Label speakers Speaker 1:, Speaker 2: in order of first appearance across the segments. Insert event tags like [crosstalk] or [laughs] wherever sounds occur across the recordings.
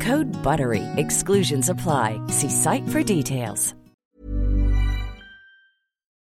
Speaker 1: Code BUTTERY. Exclusions apply. See site for details.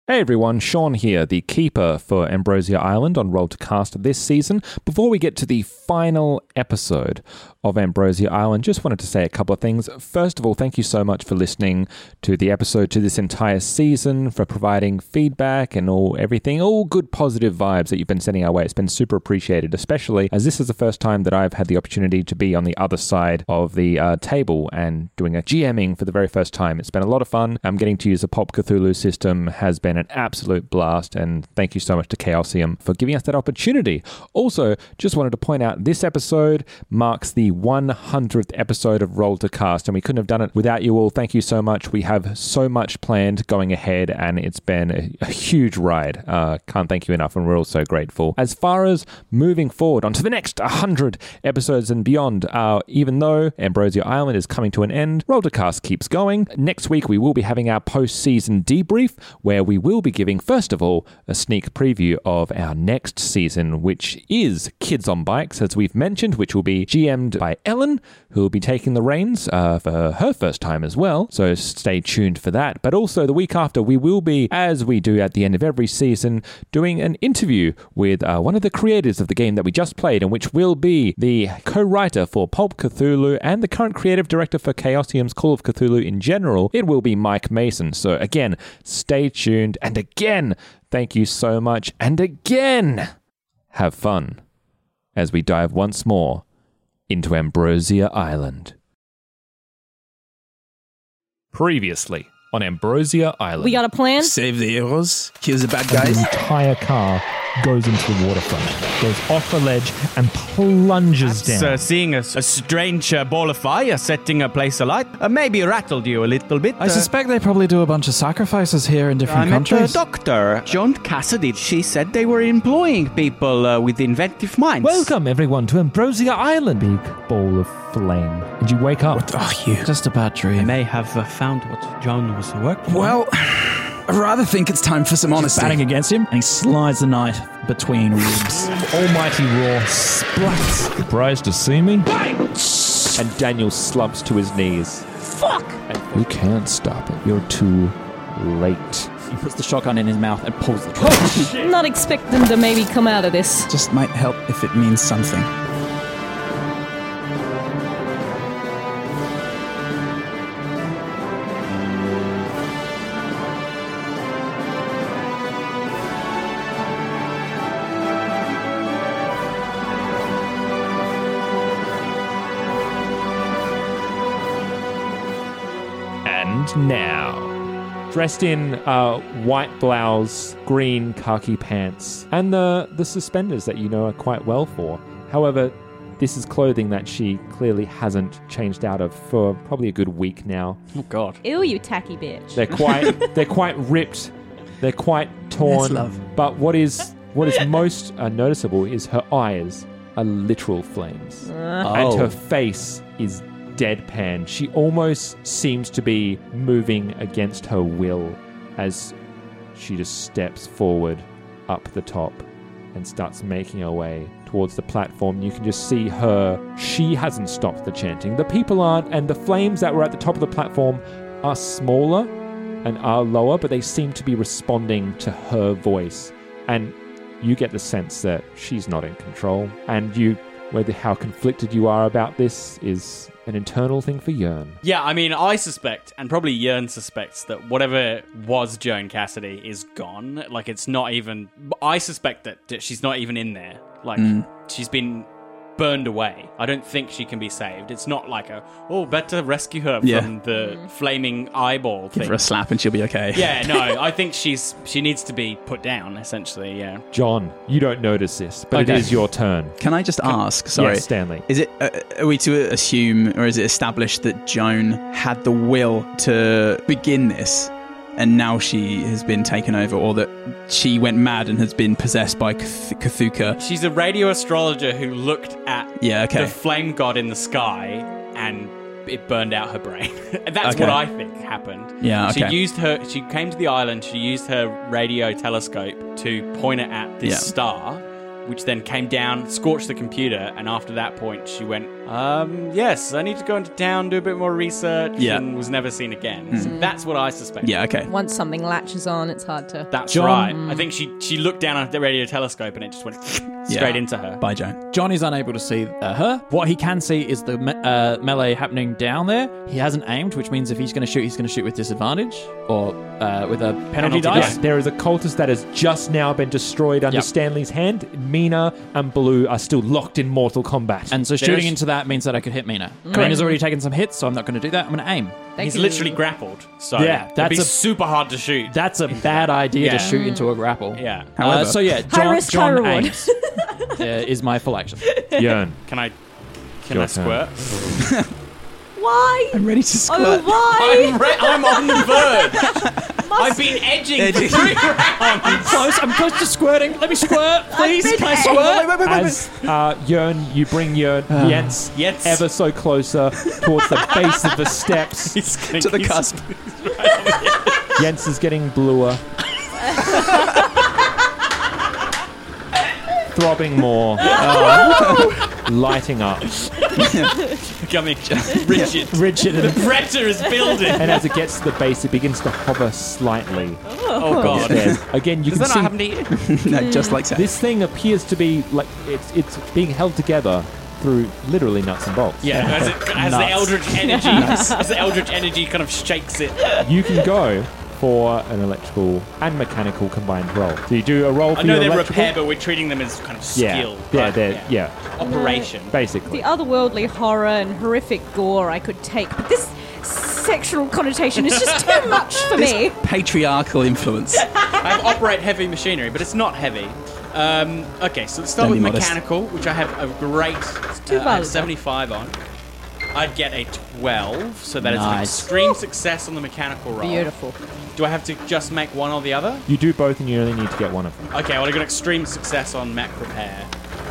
Speaker 2: Hey everyone, Sean here, the keeper for Ambrosia Island on Roll to Cast this season. Before we get to the final episode of Ambrosia Island, just wanted to say a couple of things. First of all, thank you so much for listening to the episode, to this entire season, for providing feedback and all everything, all good positive vibes that you've been sending our way. It's been super appreciated, especially as this is the first time that I've had the opportunity to be on the other side of the uh, table and doing a GMing for the very first time. It's been a lot of fun. I'm getting to use the Pop Cthulhu system has been an absolute blast, and thank you so much to Chaosium for giving us that opportunity. Also, just wanted to point out this episode marks the 100th episode of Roll to Cast, and we couldn't have done it without you all. Thank you so much. We have so much planned going ahead, and it's been a, a huge ride. Uh, can't thank you enough, and we're all so grateful. As far as moving forward onto the next 100 episodes and beyond, uh, even though Ambrosia Island is coming to an end, Roll to Cast keeps going. Next week, we will be having our post-season debrief, where we will be giving, first of all, a sneak preview of our next season, which is Kids on Bikes, as we've mentioned, which will be GM'd by Ellen, who will be taking the reins uh, for her first time as well. So stay tuned for that. But also, the week after, we will be, as we do at the end of every season, doing an interview with uh, one of the creators of the game that we just played, and which will be the co writer for Pulp Cthulhu and the current creative director for Chaosium's Call of Cthulhu in general. It will be Mike Mason. So again, stay tuned. And again, thank you so much. And again, have fun as we dive once more into Ambrosia Island. Previously on Ambrosia Island.
Speaker 3: We got a plan.
Speaker 4: Save the heroes. Here's the bad
Speaker 5: and
Speaker 4: guys.
Speaker 5: the entire car goes into the waterfront, goes off a ledge, and plunges down.
Speaker 6: So uh, seeing a, a strange uh, ball of fire setting a place alight uh, maybe rattled you a little bit. uh,
Speaker 7: I suspect they probably do a bunch of sacrifices here in different
Speaker 6: I met a
Speaker 7: countries.
Speaker 6: doctor, John Cassidy. She said they were employing people uh, with inventive minds.
Speaker 5: Welcome everyone to Ambrosia Island.
Speaker 2: Big ball of flame.
Speaker 5: And you wake up.
Speaker 4: What are you?
Speaker 7: Just a bad dream.
Speaker 8: may have uh, found what John was working on.
Speaker 4: Well, I rather think it's time for some honesty.
Speaker 8: batting against him, and he slides the knife between ribs.
Speaker 5: Almighty roar.
Speaker 4: Splat.
Speaker 2: Surprised to see me? And Daniel slumps to his knees. Fuck! And you can't stop it. You're too late.
Speaker 8: he puts the shotgun in his mouth and pulls the trigger.
Speaker 3: Not expect them to maybe come out of this.
Speaker 4: Just might help if it means something.
Speaker 2: And now, dressed in uh, white blouse, green khaki pants, and the, the suspenders that you know her quite well for. However, this is clothing that she clearly hasn't changed out of for probably a good week now.
Speaker 8: Oh, God.
Speaker 3: Ew, you tacky bitch.
Speaker 2: They're quite they're quite ripped. They're quite torn.
Speaker 4: That's love.
Speaker 2: But what is what is most uh, noticeable is her eyes are literal flames, and her face is deadpan. She almost seems to be moving against her will as she just steps forward up the top and starts making her way towards the platform. You can just see her. She hasn't stopped the chanting. The people aren't, and the flames that were at the top of the platform are smaller and are lower, but they seem to be responding to her voice. And you get the sense that she's not in control. And you, whether how conflicted you are about this is an internal thing for Yearn.
Speaker 9: Yeah, I mean, I suspect, and probably Yearn suspects, that whatever was Joan Cassidy is gone. Like, it's not even. I suspect that that she's not even in there. Like,
Speaker 4: Mm.
Speaker 9: she's been burned away. I don't think she can be saved. It's not like a, oh, better rescue her
Speaker 4: Yeah.
Speaker 9: from the flaming eyeball thing.
Speaker 4: Give her a slap and she'll be okay.
Speaker 9: yeah, no, I think she's she needs to be put down, essentially, yeah.
Speaker 2: John, you don't notice this, but
Speaker 4: Okay.
Speaker 2: it is your turn.
Speaker 4: Can I just ask? Sorry,
Speaker 2: Yes, Stanley.
Speaker 4: Is it? Uh, are we to assume, or is it established that Joan had the will to begin this, and now she has been taken over, or that she went mad and has been possessed by Cth- Cthulhu?
Speaker 9: She's a radio astrologer who looked at
Speaker 4: Yeah, okay.
Speaker 9: the flame god in the sky and it burned out her brain. [laughs] That's what
Speaker 4: Okay.
Speaker 9: I think happened.
Speaker 4: Yeah, okay.
Speaker 9: She used her she came to the island, she used her radio telescope to point it at this
Speaker 4: Yeah.
Speaker 9: star, which then came down, scorched the computer, and after that point she went, Um, yes, I need to go into town, do a bit more research,
Speaker 4: Yeah.
Speaker 9: and was never seen again.
Speaker 4: Hmm.
Speaker 9: So that's what I suspect.
Speaker 3: Once something latches on, it's hard to.
Speaker 9: That's right. I think she she looked down at the radio telescope and it just went [laughs] straight into her.
Speaker 4: Bye, Joan.
Speaker 8: John is unable to see uh, her. What he can see is the me- uh, melee happening down there. He hasn't aimed, which means if he's going to shoot, he's going to shoot with disadvantage or uh, with a penalty, dice.
Speaker 2: There is a cultist that has just now been destroyed under
Speaker 8: Yep.
Speaker 2: Stanley's hand. Mina and Blue are still locked in mortal combat.
Speaker 8: And so shooting into that means that I could hit Mina.
Speaker 9: Mm.
Speaker 2: Correct.
Speaker 8: Mina's already taken some hits, so I'm not going to do that. I'm going to aim.
Speaker 9: He's literally grappled, so
Speaker 8: Yeah,
Speaker 9: yeah, that'd
Speaker 8: that's
Speaker 9: be
Speaker 8: a-
Speaker 9: super hard to shoot.
Speaker 8: That's a bad idea
Speaker 9: Yeah.
Speaker 8: to shoot into a grapple.
Speaker 9: Yeah.
Speaker 8: Uh,
Speaker 9: However-
Speaker 8: so yeah,
Speaker 9: High
Speaker 8: John,
Speaker 9: risk, high
Speaker 8: John
Speaker 9: reward.
Speaker 8: aims. uh, is my full
Speaker 9: [laughs]
Speaker 8: action.
Speaker 2: [laughs] Yearn.
Speaker 9: Can I? Can
Speaker 2: Your
Speaker 9: I squirt?
Speaker 3: Why?
Speaker 4: I'm ready to
Speaker 3: Oh, why?
Speaker 9: I'm, re- I'm on the [laughs] verge. I've been edging for three rounds.
Speaker 8: I'm close. I'm close to squirting. Let me squirt, please.
Speaker 3: been
Speaker 8: Can I
Speaker 3: aimed.
Speaker 8: squirt?
Speaker 2: As uh, Yearn, you bring Yearn Jens,
Speaker 9: Jens.
Speaker 2: ever so closer towards the base of
Speaker 9: [laughs]
Speaker 2: the steps.
Speaker 4: To the cusp.
Speaker 2: Jens is getting
Speaker 9: [laughs]
Speaker 2: bluer. Throbbing
Speaker 9: [laughs]
Speaker 2: more. lighting up.
Speaker 9: Becoming [laughs] rigid.
Speaker 2: Rigid
Speaker 9: The
Speaker 2: and
Speaker 9: pressure is
Speaker 2: [laughs]
Speaker 9: building.
Speaker 2: and as it gets to the base, it begins to hover slightly.
Speaker 9: Oh, God.
Speaker 2: upstairs. Again, you
Speaker 9: Does
Speaker 2: can
Speaker 9: that
Speaker 2: see
Speaker 9: not happen to you?
Speaker 4: no, just like that.
Speaker 2: this thing appears to be like it's it's being held together through literally nuts and bolts.
Speaker 9: Yeah, as, it, as the
Speaker 2: Nuts.
Speaker 9: eldritch energy, as the eldritch energy kind of shakes it.
Speaker 2: You can go for an electrical and mechanical combined roll. So you do a roll for
Speaker 9: I know
Speaker 2: your
Speaker 9: they're
Speaker 2: electrical.
Speaker 9: repair, but we're treating them as kind of
Speaker 2: yeah,
Speaker 9: skill.
Speaker 2: yeah,
Speaker 9: right?
Speaker 2: they're, yeah,
Speaker 9: Operation.
Speaker 2: basically.
Speaker 3: The otherworldly horror and horrific gore I could take, but this sexual connotation is just too much for [laughs] me.
Speaker 4: Patriarchal influence.
Speaker 9: I have operate heavy machinery, but it's not heavy. Um, okay, so let's start
Speaker 4: Don't be
Speaker 9: with
Speaker 4: modest.
Speaker 9: mechanical, which I have a great
Speaker 3: too
Speaker 9: uh, I have
Speaker 3: vulgar.
Speaker 9: 75 on. I'd get a 12, so that is an
Speaker 8: Nice.
Speaker 9: extreme success on the mechanical roll. Do I have to just make one or the other?
Speaker 2: You do both, and you only need to get one of them.
Speaker 9: Okay, well, I got extreme success on mech repair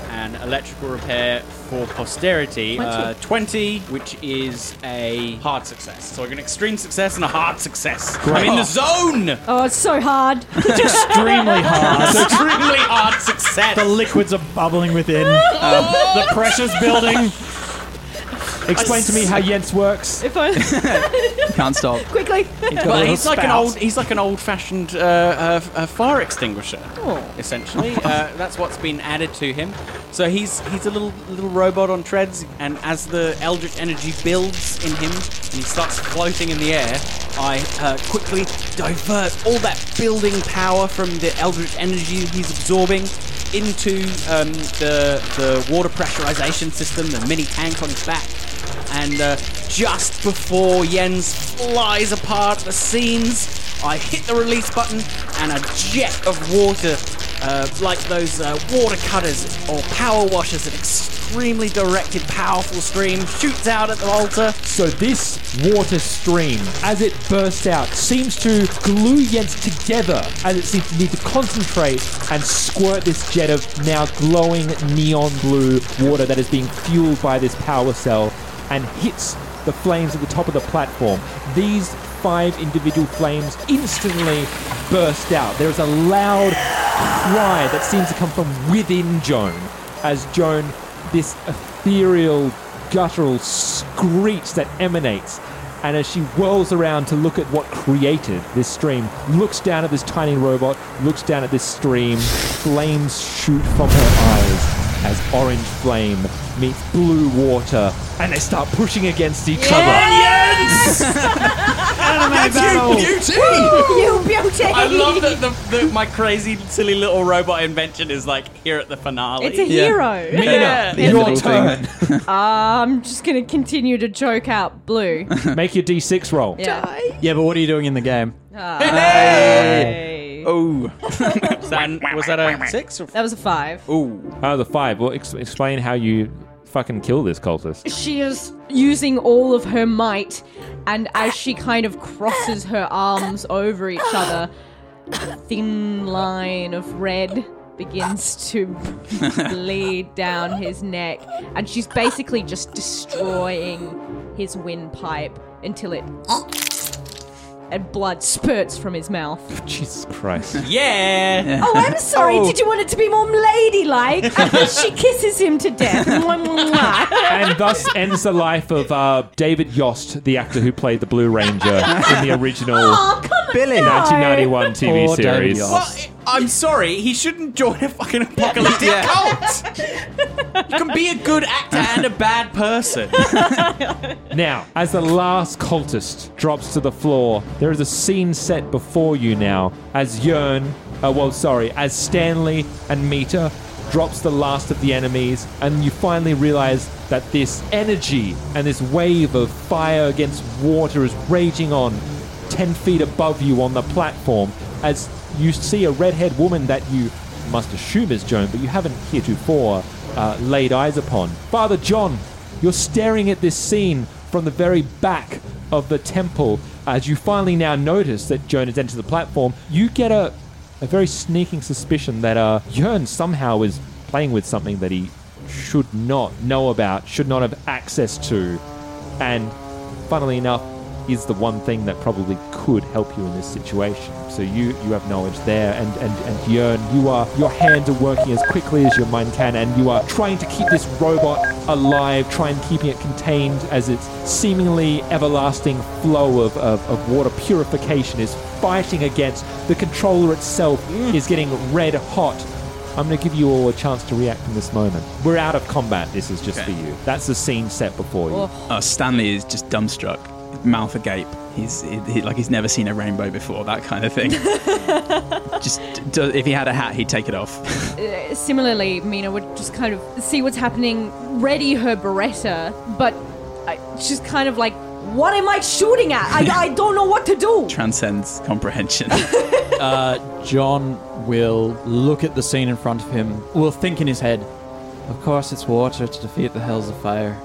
Speaker 9: and electrical repair for posterity. Uh, 20, which is a hard success. So I got an extreme success and a hard success. I'm in the zone!
Speaker 3: Oh, it's so hard.
Speaker 8: Extremely hard.
Speaker 9: extremely hard success!
Speaker 8: Oh. The liquids are bubbling
Speaker 9: [laughs]
Speaker 8: within. Um, the pressure's building.
Speaker 2: Explain to me how Jens works.
Speaker 3: If I
Speaker 4: Can't stop.
Speaker 3: [laughs] quickly.
Speaker 9: Well, he's like an old he's like an old-fashioned uh, uh, f- uh, fire extinguisher, essentially. uh, that's what's been added to him. So he's he's a little little robot on treads, and as the eldritch energy builds in him and he starts floating in the air, I uh, quickly divert all that building power from the eldritch energy he's absorbing into um, the the water pressurization system, the mini tank on his back and uh, just before Jens flies apart the scenes, I hit the release button and a jet of water, uh, like those uh, water cutters or power washers, an extremely directed, powerful stream shoots out at the altar.
Speaker 2: So this water stream, as it bursts out, seems to glue Jens together as it seems to need to concentrate and squirt this jet of now glowing neon blue water that is being fueled by this power cell and hits
Speaker 5: the flames at the top of the platform. These five individual flames instantly burst out. There is a loud cry that seems to come from within Joan as Joan, this ethereal, guttural screech that emanates. And as she whirls around to look at what created this stream, looks down at this tiny robot, looks down at this stream, flames shoot from her eyes as orange flame meets blue water, and they start pushing against each
Speaker 9: That's
Speaker 4: Oh.
Speaker 5: battle.
Speaker 9: you beauty!
Speaker 3: Woo, you beauty!
Speaker 9: I love that the, the, my crazy, silly little robot invention is like here at the finale.
Speaker 3: It's a hero.
Speaker 9: Yeah.
Speaker 3: Mina,
Speaker 9: Yeah.
Speaker 3: your
Speaker 5: turn.
Speaker 3: I'm just going to continue to choke
Speaker 8: [laughs]
Speaker 3: out blue.
Speaker 5: other. Make your d6 roll.
Speaker 3: Yeah. Ah.
Speaker 8: Yeah, but what are you doing in the game?
Speaker 4: Oh.
Speaker 9: was that a six? Or
Speaker 3: That was a five.
Speaker 4: Ooh.
Speaker 2: Oh, the five. Well, ex- explain how you fucking kill this cultist.
Speaker 3: She is using all of her might, and as she kind of crosses her arms over each other, a thin line of red begins to bleed down his neck, and she's basically just destroying his windpipe until it. And blood spurts from his mouth.
Speaker 2: Jesus Christ.
Speaker 9: Yeah.
Speaker 3: Oh, I'm sorry.
Speaker 2: Oh.
Speaker 3: Did you want it to be more ladylike? she kisses him to death. Mwah, mwah, mwah.
Speaker 2: and thus ends the life of uh, David Yost, the actor who played the Blue Ranger in the original
Speaker 9: [laughs] Oh,
Speaker 3: come
Speaker 9: Billy.
Speaker 2: 1991 TV
Speaker 9: Poor David
Speaker 2: series.
Speaker 9: Yost. Well, I'm sorry, he shouldn't join a fucking apocalyptic [laughs] cult. You can be a good actor and a bad [laughs] person.
Speaker 2: Now, as the last cultist drops to the floor, there is a scene set before you now as Yearn, uh, well, sorry, as Stanley and Mita drops the last of the enemies, and you finally realize that this energy and this wave of fire against water is raging on 10 feet above you on the platform as you see a redhead woman that you must assume is Joan, but you haven't heretofore uh, laid eyes upon. Father John, you're staring at this scene from the very back of the temple as you finally now notice that Joan has entered the platform. You get a, a very sneaking suspicion that uh, Yearn somehow is playing with something that he should not know about, should not have access to, and funnily enough, is the one thing that probably could help you in this situation. So you you have knowledge there, and and and yearn. You are your hands are working as quickly as your mind can, and you are trying to keep this robot alive, trying keeping it contained as its seemingly everlasting flow of of, of water purification is fighting against the controller itself is getting red hot. I'm going to give you all a chance to react in this moment. We're out of combat. This is just
Speaker 4: Okay.
Speaker 2: for you. That's the scene set before you.
Speaker 4: Oh, Stanley is just dumbstruck, mouth agape. He's he, he- like he's never seen a rainbow before, that kind of
Speaker 3: [laughs]
Speaker 4: thing. just do, if he had a hat, he'd take it
Speaker 3: [laughs]
Speaker 4: off.
Speaker 3: Uh, similarly, Mina would just kind of see what's happening, ready her Beretta, but I, she's kind of like, "What am I shooting at? I, I don't know what to do."
Speaker 4: Transcends
Speaker 3: [laughs]
Speaker 4: comprehension.
Speaker 8: uh, John will look at the scene in front of him, will think in his head, of course it's water to defeat the hells of fire.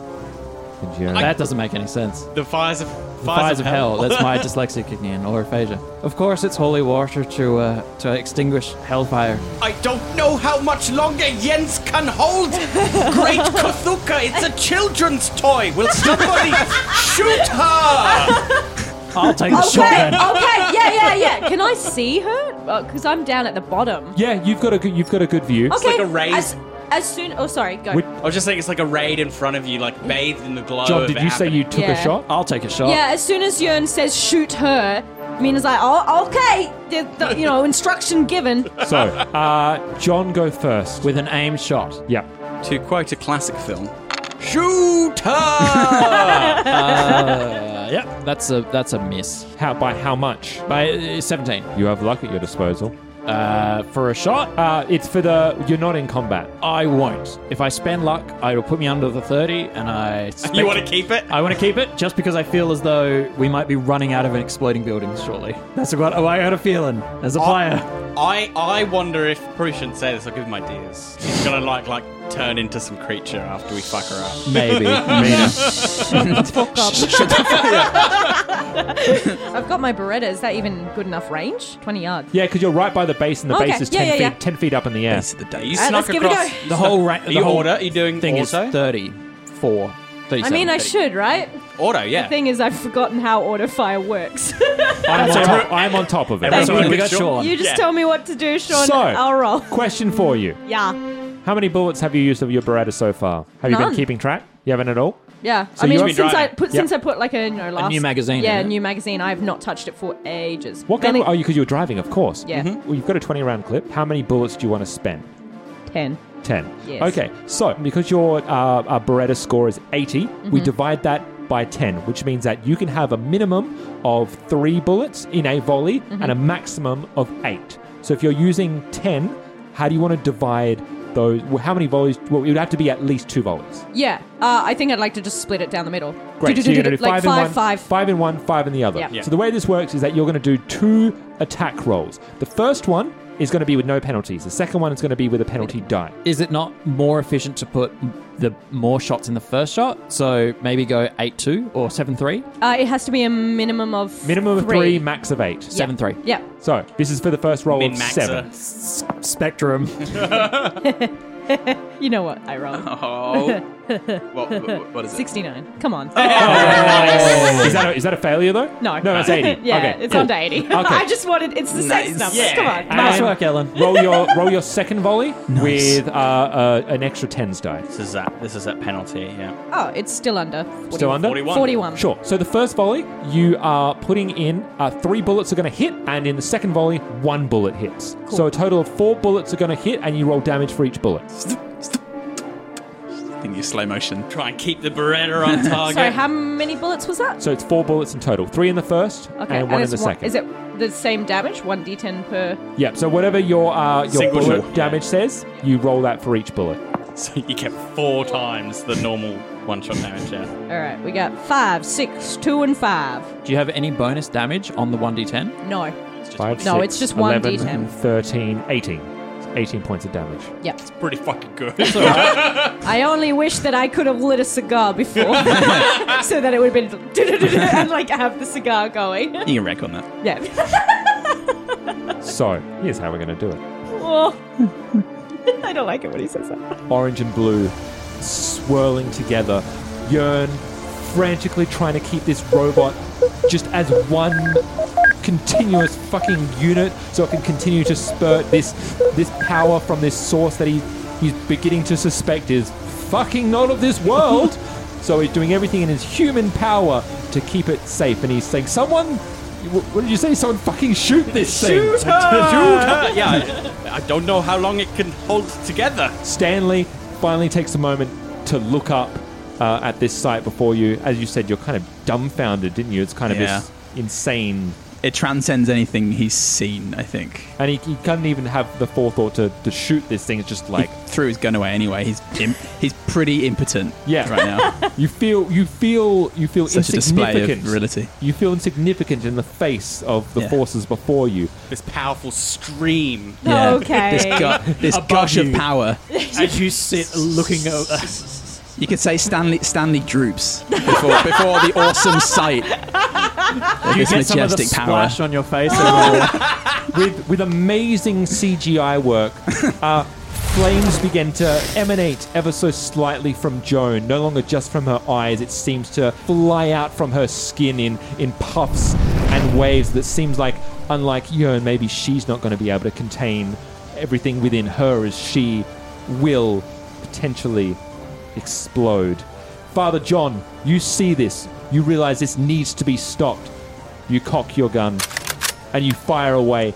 Speaker 8: that doesn't make any sense.
Speaker 9: The fires of
Speaker 8: The fires, of hell. [laughs] That's my dyslexia kicking in, or aphasia. Of course it's holy water to, uh, to extinguish hellfire.
Speaker 9: I don't know how much longer Jens can hold. [laughs] Great Kothuka, it's a children's toy. Will somebody shoot her?
Speaker 8: I'll take the
Speaker 3: okay,
Speaker 8: shot then.
Speaker 3: okay, yeah, yeah, yeah. Can I see her? Because I'm down at the bottom.
Speaker 2: Yeah, you've got a good, you've got a good view.
Speaker 3: okay,
Speaker 9: like a raise.
Speaker 3: As, as soon. Oh, sorry. Go.
Speaker 9: I was just saying, it's like a raid in front of you, like bathed in the glow.
Speaker 2: John,
Speaker 9: of
Speaker 2: did
Speaker 9: it
Speaker 2: you say you
Speaker 9: happening.
Speaker 2: took
Speaker 3: Yeah.
Speaker 2: a shot?
Speaker 8: I'll take a shot.
Speaker 3: Yeah, as soon as Yearn says shoot her, Mina's like, "Oh, okay." The, the, you know, instruction given.
Speaker 2: So, uh, John, go first
Speaker 8: with an aim shot.
Speaker 2: Yeah.
Speaker 9: To quote a classic film, shoot
Speaker 4: [laughs]
Speaker 9: her.
Speaker 8: uh, yep, that's a that's a miss.
Speaker 2: How by how much?
Speaker 8: By uh, seventeen.
Speaker 2: You have luck at your disposal.
Speaker 8: Uh, for a shot,
Speaker 2: Uh, it's for the you're not in combat.
Speaker 8: I won't. If I spend luck, I will put me under the thirty, and I. Spec-
Speaker 9: you want to keep it?
Speaker 8: I want to keep it just because I feel as though we might be running out of an exploding building shortly. That's what I got a feeling as a player.
Speaker 9: I I wonder if probably shouldn't say this. I'll give him ideas. He's gonna like like turn into some creature after we fuck her up.
Speaker 8: [laughs] Maybe.
Speaker 3: I've got my Beretta. Is that even good enough range? Twenty yards.
Speaker 2: Yeah, because you're right by the base, and the
Speaker 3: Okay,
Speaker 2: base is
Speaker 3: yeah,
Speaker 2: ten
Speaker 3: yeah,
Speaker 2: feet
Speaker 3: yeah.
Speaker 2: ten feet up in the air.
Speaker 4: Base of the day.
Speaker 9: You
Speaker 3: Alright,
Speaker 9: snuck
Speaker 3: Uh, let's give it a
Speaker 9: across
Speaker 3: go.
Speaker 8: The whole ra-
Speaker 9: Are
Speaker 8: the
Speaker 9: you
Speaker 8: whole
Speaker 9: order? Are you doing
Speaker 8: thing
Speaker 9: also?
Speaker 8: is thirty-four.
Speaker 3: I mean, I should, right?
Speaker 9: Auto,
Speaker 3: The
Speaker 9: yeah.
Speaker 3: thing is, I've forgotten how auto fire works.
Speaker 2: I'm, on top, I'm on top of it.
Speaker 5: Everyone's
Speaker 2: That's
Speaker 5: on
Speaker 2: what
Speaker 5: top.
Speaker 2: got, Sean.
Speaker 3: You just tell me what to do, Sean.
Speaker 2: So,
Speaker 3: I'll roll.
Speaker 2: question for you.
Speaker 3: Yeah.
Speaker 2: How many bullets have you used of your Beretta so far? Have you
Speaker 3: None.
Speaker 2: been keeping track? You haven't at all?
Speaker 3: Yeah,
Speaker 2: So
Speaker 3: I mean,
Speaker 2: you've
Speaker 3: since
Speaker 2: been
Speaker 3: I
Speaker 2: driving.
Speaker 3: put
Speaker 2: Yeah.
Speaker 3: since I put like a, no, last,
Speaker 2: new magazine
Speaker 3: Yeah,
Speaker 2: in it.
Speaker 3: new magazine. I've not touched it for ages.
Speaker 2: What
Speaker 3: Then
Speaker 2: gun?
Speaker 3: it-
Speaker 2: Oh, because you were driving, of course. Mm-hmm.
Speaker 3: Yeah. Mhm.
Speaker 2: Well, you've got a 20 round clip. How many bullets do you want to spend?
Speaker 3: Ten.
Speaker 2: 10.
Speaker 3: Yes.
Speaker 2: Okay, so because your uh, uh, Beretta score is 80, we
Speaker 3: Mhm.
Speaker 2: divide that by 10, which means that you can have a minimum of three bullets in a volley
Speaker 3: Mm-hmm.
Speaker 5: Mhm.
Speaker 2: and a maximum of eight. So if you're using 10, how do you want to divide those? well, How many volleys? Well, it would have to be at least two volleys.
Speaker 3: Yeah, uh, I think I'd like to just split it down the middle.
Speaker 2: Great.
Speaker 3: Do-
Speaker 2: So
Speaker 3: do-
Speaker 2: you're
Speaker 3: do-
Speaker 2: going to do
Speaker 3: like
Speaker 2: five, in one,
Speaker 3: five.
Speaker 2: five in one, five in the other.
Speaker 3: Yeah. Yeah.
Speaker 2: So the way this works is that you're going to do two attack rolls. The first one is going to be with no penalties. The second one is going to be with a penalty die.
Speaker 8: Is it not more efficient to put m- the more shots in the first shot? So maybe go eight two or seven three.
Speaker 3: Uh, it has to be a minimum of
Speaker 2: Minimum of
Speaker 3: three.
Speaker 2: three, max of eight.
Speaker 3: Seven, three. Yeah.
Speaker 2: So this is for the first roll of
Speaker 9: Min-maxer.
Speaker 2: seven.
Speaker 8: Spectrum.
Speaker 3: you know what? I rolled.
Speaker 4: [laughs]
Speaker 9: Oh. What- what- what is it?
Speaker 3: Sixty-nine. Come on.
Speaker 2: [laughs]
Speaker 8: Oh.
Speaker 2: is, that a, is that a failure though?
Speaker 3: No.
Speaker 2: No, that's 80.
Speaker 3: [laughs] yeah,
Speaker 2: okay,
Speaker 3: it's
Speaker 2: cool.
Speaker 3: under eighty. [laughs]
Speaker 2: Okay.
Speaker 3: I just wanted. It's the
Speaker 2: Nice.
Speaker 3: sex number.
Speaker 2: Yeah.
Speaker 3: Come on.
Speaker 2: And
Speaker 8: Ellen.
Speaker 2: roll your roll your second volley with uh, uh, an extra tens die.
Speaker 9: This is that. This is that penalty. Yeah.
Speaker 3: Oh, it's still under. 40,
Speaker 2: Still under?
Speaker 3: Forty-one.
Speaker 2: Sure. So the first volley, you are putting in uh, three bullets are going to hit, and in the second volley, one bullet hits. So a total of four bullets are going to hit, and you roll damage for each bullet.
Speaker 4: I think you slow motion.
Speaker 9: Try and keep the Beretta
Speaker 3: [laughs]
Speaker 9: on target.
Speaker 3: Sorry, how many bullets was that?
Speaker 2: So it's four bullets in total three in the first,
Speaker 3: Okay,
Speaker 2: and one in
Speaker 3: it's
Speaker 2: the
Speaker 3: one-
Speaker 2: second.
Speaker 3: Is it the same damage? One d10 per.
Speaker 2: Yep. So whatever your uh, your
Speaker 9: Single
Speaker 2: bullet
Speaker 9: shot.
Speaker 2: damage says, you roll that for each bullet.
Speaker 9: So you get four times the normal one shot damage. Yeah.
Speaker 3: All right, we got five, six, two, and five.
Speaker 8: Do you have any bonus damage on the one d ten?
Speaker 3: No.
Speaker 2: Five,
Speaker 3: no,
Speaker 2: six,
Speaker 3: it's just one
Speaker 2: 11,
Speaker 3: d10.
Speaker 2: 13, 18. It's 18 points of damage.
Speaker 3: Yeah. It's
Speaker 9: pretty fucking good.
Speaker 3: I only wish that I could have lit a cigar before, [laughs] so that it would have been [laughs] and like have the cigar going.
Speaker 4: You can wreck on that.
Speaker 3: Yeah.
Speaker 2: So here's how we're going to do it.
Speaker 3: Oh. [laughs] I don't like it when he says that.
Speaker 2: Orange and blue swirling together, yearn frantically trying to keep this robot just as one continuous fucking unit so it can continue to spurt this this power from this source that he he's beginning to suspect is fucking not of this world. so he's doing everything in his human power to keep it safe and he's saying someone wh- what did you say? Someone fucking [laughs] shoot this thing!
Speaker 9: Shoot her!
Speaker 2: Shoot her!
Speaker 9: [laughs] Yeah. I, I don't know how long it can hold together.
Speaker 2: [laughs] Stanley finally takes a moment to look up uh, at this site before you. As you said, you're kind of dumbfounded, didn't you? It's kind of
Speaker 4: Yeah.
Speaker 2: this insane.
Speaker 4: It transcends anything he's seen, I think.
Speaker 2: And he, he couldn't even have the forethought to, to shoot this thing. It's just like.
Speaker 4: He threw his gun away anyway. He's im- he's pretty impotent
Speaker 2: Yeah.
Speaker 4: right now.
Speaker 8: [laughs]
Speaker 2: you feel you feel you feel
Speaker 4: Such a display of
Speaker 2: insignificant.
Speaker 4: virility.
Speaker 2: You feel insignificant in the face of the
Speaker 4: Yeah.
Speaker 2: forces before you.
Speaker 9: This powerful stream.
Speaker 3: Yeah. Okay.
Speaker 4: This,
Speaker 8: [laughs]
Speaker 4: gu- this
Speaker 9: Above
Speaker 4: gush
Speaker 9: you.
Speaker 4: of power.
Speaker 9: As you sit looking over.
Speaker 4: You could say Stanley Stanley droops before, before the awesome sight of
Speaker 8: You
Speaker 4: this
Speaker 8: get some of the
Speaker 4: majestic power.
Speaker 8: splash on your face.
Speaker 2: [laughs] with with amazing CGI
Speaker 8: [laughs]
Speaker 2: work, uh, flames begin to emanate ever so slightly from Joan. No longer just from her eyes, it seems to fly out from her skin in in puffs and waves that seems like, unlike Joan, maybe she's not going to be able to contain everything within her as she will potentially explode. Father John, you see this. You realize this needs to be stopped. You cock your gun and you fire away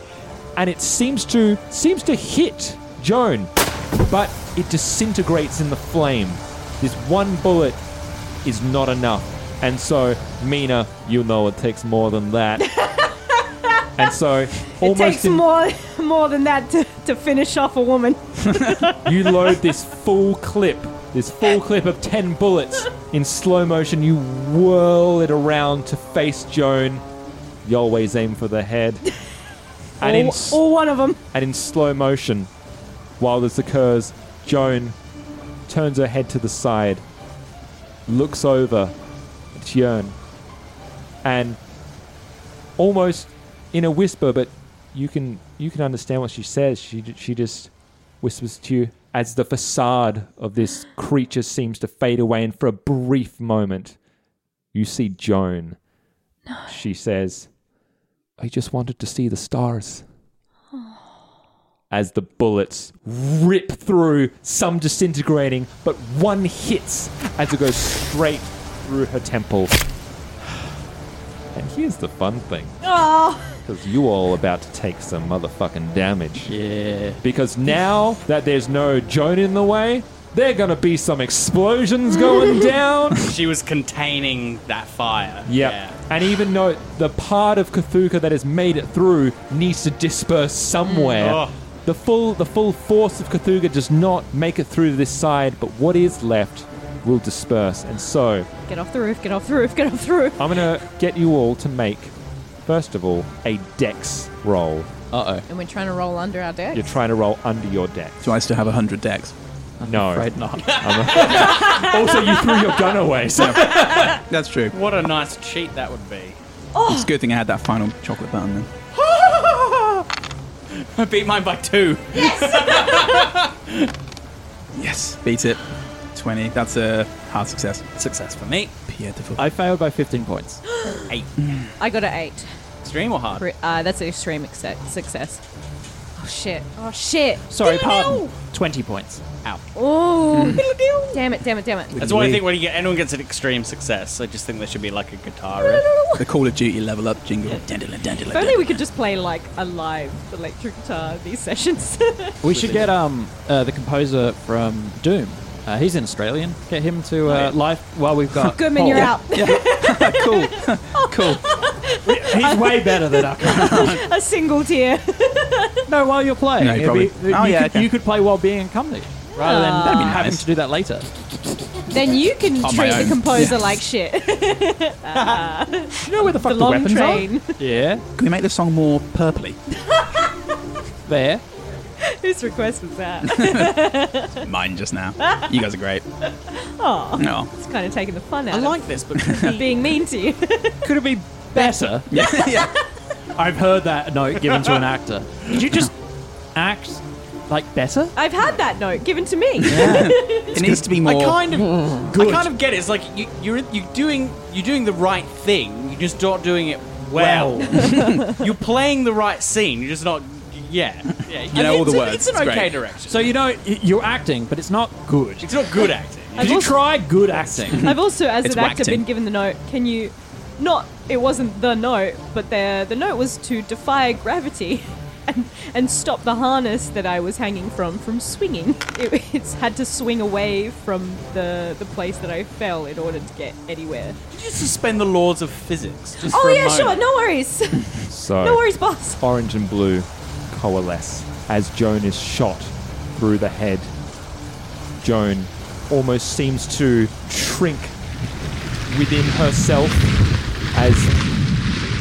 Speaker 2: and it seems to seems to hit Joan but it disintegrates in the flame this one bullet is not enough and so Mina you know it takes more than
Speaker 3: [laughs]
Speaker 2: that and so almost
Speaker 3: it takes
Speaker 2: in-
Speaker 3: more more than that to, to finish off a woman.
Speaker 2: [laughs] you load this full clip, this full clip of 10 bullets in slow motion. You whirl it around to face Joan. You always aim for the head. And in,
Speaker 3: All-
Speaker 2: s-
Speaker 3: all one of them.
Speaker 2: and in slow motion, while this occurs, Joan turns her head to the side, looks over at Jörn, and almost in a whisper, but you can you can understand what she says. She j- she just whispers to you, as the facade of this creature seems to fade away. And for a brief moment, you see Joan. She says, I just wanted to see the stars. As the bullets rip through, some disintegrating, but one hits as it goes straight through her temple. [sighs] And here's the fun thing.
Speaker 3: Oh,
Speaker 2: Because you all about to take some motherfucking damage. Yeah. Because now that there's no Joan in the way, there are gonna be some explosions going down.
Speaker 9: She was containing that fire.
Speaker 2: Yep. And even though the part of Kathuka that has made it through needs to disperse somewhere, Oh.
Speaker 9: Mm. Ugh.
Speaker 2: the full the full force of Kathuka does not make it through this side, but what is left will disperse. And so
Speaker 3: get off the roof, get off the roof, get off the roof.
Speaker 2: I'm gonna get you all to make, first of all, a dex roll. Uh
Speaker 3: And we're trying to roll under our deck.
Speaker 2: You're trying to roll under your dex.
Speaker 4: Do I still have 100 decks?
Speaker 2: no. [laughs]
Speaker 4: Afraid not.
Speaker 2: also, you threw your gun away,
Speaker 8: [laughs]
Speaker 2: so.
Speaker 4: That's true.
Speaker 9: What a nice cheat that would be. [laughs]
Speaker 4: It's a good thing I had that final chocolate button then.
Speaker 9: I beat mine by two.
Speaker 4: Yes, beat it. 20. That's a hard success.
Speaker 9: Success for me.
Speaker 4: Beautiful.
Speaker 8: I failed by 15 points.
Speaker 9: Eight.
Speaker 3: I got an eight.
Speaker 9: Extreme or hard?
Speaker 3: Cri- Uh, that's an extreme exce- success. Oh shit! Oh shit!
Speaker 8: Sorry,
Speaker 3: Diddle-diddle.
Speaker 8: pardon. 20 points.
Speaker 9: Ow.
Speaker 2: Hmm.
Speaker 3: Oh, diddle-diddle. damn it! Damn it! Damn it!
Speaker 9: That's why I think when you get anyone gets an extreme success, I just think there should be like a guitar riff.
Speaker 4: The Call of Duty level up jingle. Dandelion,
Speaker 3: If
Speaker 4: dandelion,
Speaker 3: only we could just play like a live electric guitar these [laughs] sessions.
Speaker 8: We should get um uh, the composer from Doom. Uh, he's an Australian. Get him to uh, live while we've
Speaker 9: [laughs]
Speaker 8: got.
Speaker 3: Goodman,
Speaker 8: Paul.
Speaker 3: you're out.
Speaker 4: cool. cool.
Speaker 8: He's way better than us.
Speaker 3: a single [laughs] tear.
Speaker 8: No, while you're playing,
Speaker 4: No,
Speaker 8: it'd
Speaker 4: probably-
Speaker 8: you,
Speaker 4: Oh, yeah,
Speaker 8: could,
Speaker 4: okay.
Speaker 8: you could play while being in company rather than
Speaker 9: Ah.
Speaker 3: That'd be
Speaker 8: having
Speaker 4: nice.
Speaker 8: to do that later.
Speaker 3: then you can
Speaker 4: On my
Speaker 3: treat the
Speaker 4: own.
Speaker 3: composer like shit. [laughs]
Speaker 2: Do you know where the fuck the
Speaker 3: the long
Speaker 2: weapons are?
Speaker 3: train.
Speaker 8: Yeah,
Speaker 4: Can we make the song more purpley?
Speaker 8: there.
Speaker 3: Whose request was [laughs] that?
Speaker 4: Mine just now. You guys are great.
Speaker 3: Oh,
Speaker 4: No.
Speaker 3: it's kind of taking the fun out
Speaker 9: I
Speaker 3: of
Speaker 9: like this, but [laughs]
Speaker 3: being mean to you. [laughs]
Speaker 8: Could it be better?
Speaker 4: Yeah. [laughs] yeah.
Speaker 8: I've heard that note given to an actor. Did you just act like better?
Speaker 3: I've had that note given to me.
Speaker 4: It needs to be more. [laughs]
Speaker 9: I kind of, I kind of get it. It's like you, you're you're doing you're doing the right thing. You're just not doing it well. [laughs] you're playing the right scene. You're just not. Yeah,
Speaker 4: [laughs]
Speaker 9: yeah. You
Speaker 4: know all the words.
Speaker 9: Uh, It's an
Speaker 4: It's
Speaker 9: okay
Speaker 4: great.
Speaker 9: direction.
Speaker 8: So you know y- you're acting, but it's not good.
Speaker 9: It's not good acting.
Speaker 8: Did you
Speaker 3: also-
Speaker 8: try good acting?
Speaker 9: [laughs]
Speaker 3: I've also, as
Speaker 4: It's
Speaker 3: an actor,
Speaker 4: whacking.
Speaker 3: been given the note. Can you not? It wasn't the note, but the the note was to defy gravity [laughs] and, and stop the harness that I was hanging from from swinging. [laughs] It, it's had to swing away from the the place that I fell in order to get anywhere.
Speaker 9: Did you just suspend the laws of physics? Just
Speaker 3: Oh
Speaker 9: for a
Speaker 3: yeah, sure.
Speaker 9: moment?
Speaker 3: No worries.
Speaker 2: So
Speaker 3: no worries, boss.
Speaker 2: orange and blue coalesce as Joan is shot through the head. Joan almost seems to shrink within herself as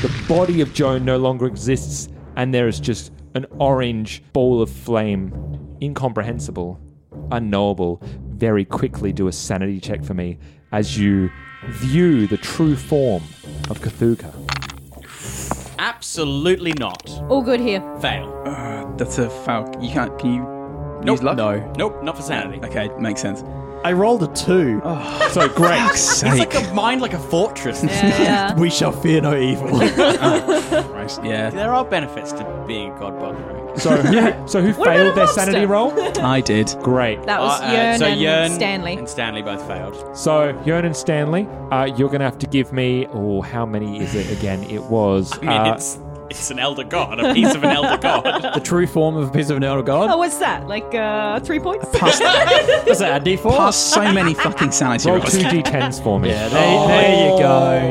Speaker 2: the body of Joan no longer exists and there is just an orange ball of flame, incomprehensible, unknowable. Very quickly do a sanity check for me as you view the true form of Kathuka.
Speaker 9: Absolutely not.
Speaker 3: All good here.
Speaker 9: Fail.
Speaker 4: That's a foul. You can't. Can you use luck?
Speaker 8: No.
Speaker 9: Nope, not for sanity.
Speaker 4: Okay, makes sense. Oh.
Speaker 8: I rolled a two.
Speaker 2: So great.
Speaker 9: It's like a mind like a fortress.
Speaker 3: Yeah.
Speaker 8: We shall fear no evil.
Speaker 4: Christ. Yeah.
Speaker 9: [laughs] There are benefits to being a god bugger.
Speaker 2: So
Speaker 3: [laughs]
Speaker 2: who, so who
Speaker 3: What about
Speaker 2: failed
Speaker 3: a
Speaker 2: their
Speaker 3: monster?
Speaker 2: sanity
Speaker 3: [laughs]
Speaker 2: roll?
Speaker 4: I did.
Speaker 2: Great.
Speaker 3: That was
Speaker 9: Uh, uh,
Speaker 3: Yearn
Speaker 9: so
Speaker 3: and
Speaker 9: Yearn
Speaker 3: Stanley.
Speaker 9: and Stanley both failed.
Speaker 2: So Yearn and Stanley, uh, you're going to have to give me. Oh, how many is it again? It was.
Speaker 9: I mean,
Speaker 2: uh,
Speaker 9: it's it's an elder god, a piece of an
Speaker 3: [laughs]
Speaker 9: elder god.
Speaker 8: the true form of a piece of an elder god.
Speaker 3: Oh, what's that? Like uh, three points?
Speaker 8: What's that, a D4?
Speaker 4: Passed so many fucking sanity
Speaker 2: roll
Speaker 4: rolls.
Speaker 2: uh, two d10s for me.
Speaker 8: Yeah, there, there you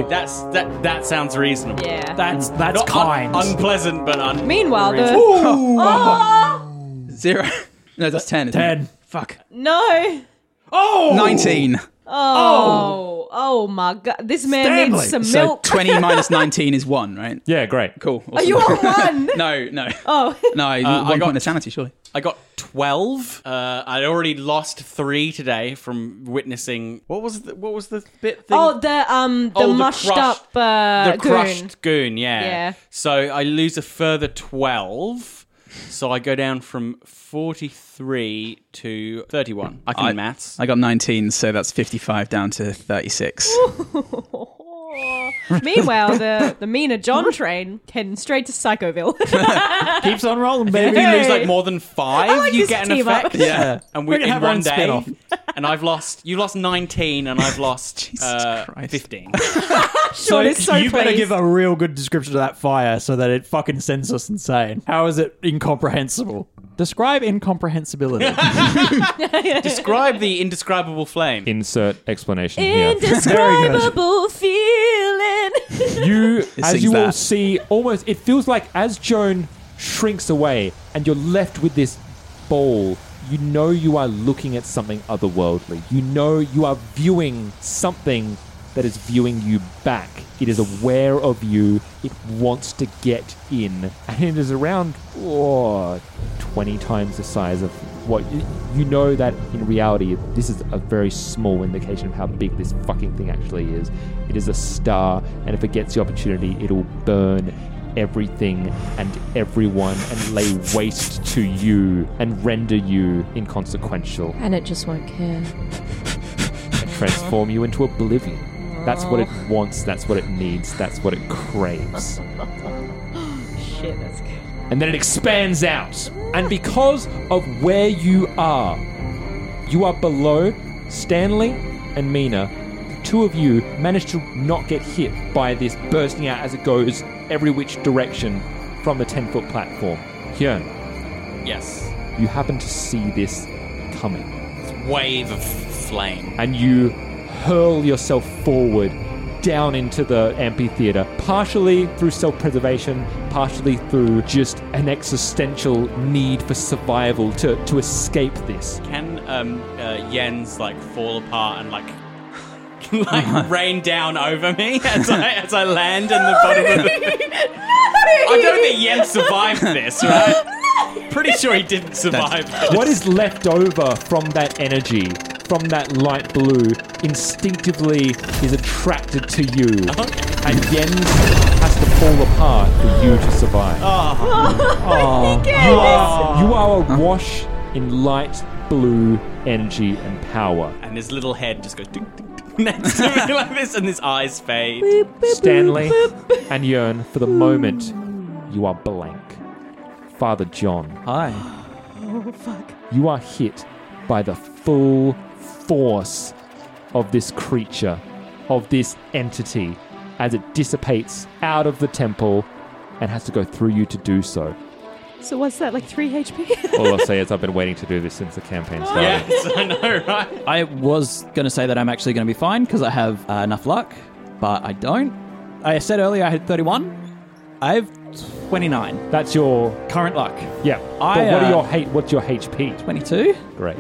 Speaker 8: go.
Speaker 9: That's that. That sounds reasonable.
Speaker 3: Oh. yeah.
Speaker 8: That's that's
Speaker 9: Not un-
Speaker 8: kind.
Speaker 9: unpleasant, but un-
Speaker 3: Meanwhile, the
Speaker 4: Zero. No, that's 10. isn't it?
Speaker 8: Ten.
Speaker 4: Fuck.
Speaker 3: no.
Speaker 4: 19.
Speaker 3: Oh, oh my god! This man needs some
Speaker 4: So
Speaker 3: milk.
Speaker 4: 20 minus 19 is 1, right?
Speaker 2: Yeah, great.
Speaker 4: Cool.
Speaker 3: Are
Speaker 4: awesome.
Speaker 3: you on one?
Speaker 4: [laughs] No, no.
Speaker 3: Oh,
Speaker 4: No, one
Speaker 9: I
Speaker 4: point
Speaker 9: got-
Speaker 4: of sanity, surely.
Speaker 9: I got twelve. Uh, I already lost three today from witnessing. What was the what was the bit thing?
Speaker 3: oh, the um, the
Speaker 9: Oh, the
Speaker 3: mushed
Speaker 9: crushed-
Speaker 3: up uh,
Speaker 9: the crushed goon. Yeah.
Speaker 3: Yeah.
Speaker 9: So I lose a further twelve. So I go down from 43 to 31. I can maths.
Speaker 4: I got 19, so that's 55 down to 36.
Speaker 3: Meanwhile, the, the meaner John train heading straight to Psychoville.
Speaker 9: Keeps on rolling, baby. If you
Speaker 3: Hey.
Speaker 8: [laughs]
Speaker 9: lose like more than five,
Speaker 3: I like
Speaker 9: you
Speaker 3: this
Speaker 9: get an
Speaker 3: team up.
Speaker 9: effect.
Speaker 4: Yeah.
Speaker 9: And
Speaker 4: We're
Speaker 9: we're,
Speaker 4: gonna
Speaker 9: in
Speaker 4: have
Speaker 9: one
Speaker 4: one
Speaker 9: day.
Speaker 4: spin-off.
Speaker 9: And I've lost. You lost 19, and I've lost uh, 15.
Speaker 8: So,
Speaker 9: it's so
Speaker 8: you better
Speaker 9: pleased.
Speaker 8: give a real good description of that fire so that it fucking sends us insane. How is it incomprehensible? Describe incomprehensibility.
Speaker 10: [laughs]
Speaker 9: Describe the indescribable flame.
Speaker 2: Insert explanation here.
Speaker 3: Indescribable feeling.
Speaker 2: you as
Speaker 4: sings
Speaker 2: you will
Speaker 4: that.
Speaker 2: see almost it feels like as joan shrinks away and you're left with this ball you know you are looking at something otherworldly you know you are viewing something that is viewing you back it is aware of you it wants to get in and it is around oh, 20 times the size of what you, you know that in reality this is a very small indication of how big this fucking thing actually is it is a star and if it gets the opportunity it'll burn everything and everyone and lay waste to you and render you inconsequential
Speaker 11: And it just won't care.
Speaker 2: and transform you into oblivion that's what it wants that's what it needs that's what it craves
Speaker 3: Shit, that's good.
Speaker 2: and then it expands out. And because of where you are, you are below Stanley and Mina. The two of you manage to not get hit by this bursting out as it goes every which direction from the 10 foot platform. Hyun,
Speaker 9: Yes.
Speaker 2: you happen to see this coming,
Speaker 9: Wave of flame.
Speaker 2: and you hurl yourself forward. Down into the amphitheater, partially through self preservation, partially through just an existential need for survival to, to escape this.
Speaker 9: Can um, uh, Yen's like fall apart and like [laughs] like rain down over me as I as I land in the bottom of the. I don't think Yen survived this, right? Pretty sure he didn't survive. this.
Speaker 2: what is left over from that energy, from that light blue, instinctively is attracted to you. And Yen has to fall apart for you to survive.
Speaker 3: Oh,
Speaker 2: you, are, you are awash in light blue energy and power.
Speaker 9: And his little head just goes ding, ding, ding, next to me like this, and his eyes fade.
Speaker 2: Stanley and Yearn, for the moment, you are blank. Father John.
Speaker 8: Hi.
Speaker 3: Oh, fuck.
Speaker 2: you are hit by the full force of this creature, of this entity, as it dissipates out of the temple and has to go through you to do so.
Speaker 3: So what's that, like 3 HP?
Speaker 2: [laughs] All I'll say is I've been waiting to do this since the
Speaker 3: Oh,
Speaker 2: campaign started.
Speaker 9: Yes, I know, right?
Speaker 10: I was going to say that I'm actually going to be fine because I have uh, enough luck, but I don't. I said earlier I had 31. I have 29.
Speaker 2: That's your
Speaker 10: current luck.
Speaker 2: Yeah.
Speaker 10: I,
Speaker 2: but what
Speaker 10: uh,
Speaker 2: are your hate? What's your HP?
Speaker 10: 22.
Speaker 2: Great.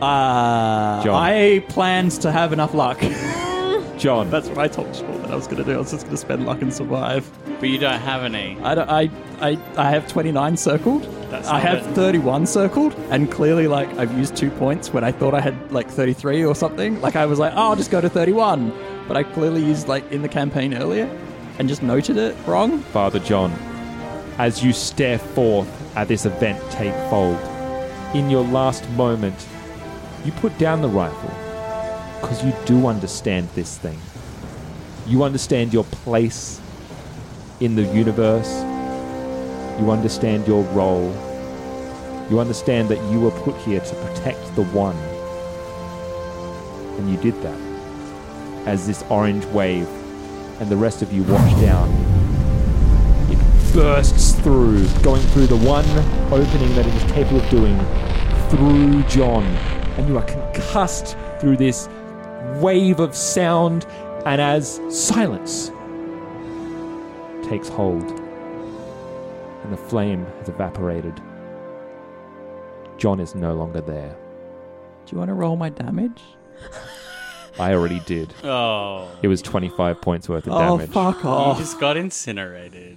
Speaker 10: Uh,
Speaker 2: John.
Speaker 10: I planned to have enough luck.
Speaker 2: John.
Speaker 8: [laughs] That's what I told Sean that I was going to do. I was just going to spend luck and survive.
Speaker 9: But you don't have any.
Speaker 10: I, don't- I, I, I have 29 circled.
Speaker 9: That's
Speaker 10: I
Speaker 9: not
Speaker 10: have
Speaker 9: it.
Speaker 10: 31 circled, and clearly, like, I've used two points when I thought I had, like, 33 or something. Like, I was like, oh, I'll just go to 31. But I clearly used, like, in the campaign earlier and just noted it wrong.
Speaker 2: Father John, as you stare forth at this event take fold, in your last moment, you put down the rifle because you do understand this thing. You understand your place in the universe, you understand your role, you understand that you were put here to protect the one. And you did that as this orange wave and the rest of you watch down bursts through, going through the one opening that it is capable of doing through John. And you are concussed through this wave of sound, and as silence takes hold, and the flame has evaporated, John is no longer there.
Speaker 10: Do you want to roll my damage?
Speaker 2: I already did.
Speaker 9: Oh.
Speaker 2: It was 25 points worth of
Speaker 10: Oh,
Speaker 2: damage.
Speaker 10: fuck off.
Speaker 9: You just got incinerated.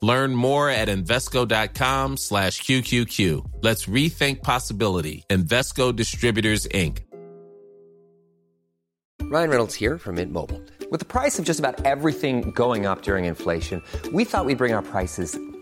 Speaker 12: Learn more at Invesco.com slash QQQ. Let's rethink possibility. Invesco Distributors, Inc.
Speaker 11: Ryan Reynolds here from Mint Mobile. With the price of just about everything going up during inflation, we thought we'd bring our prices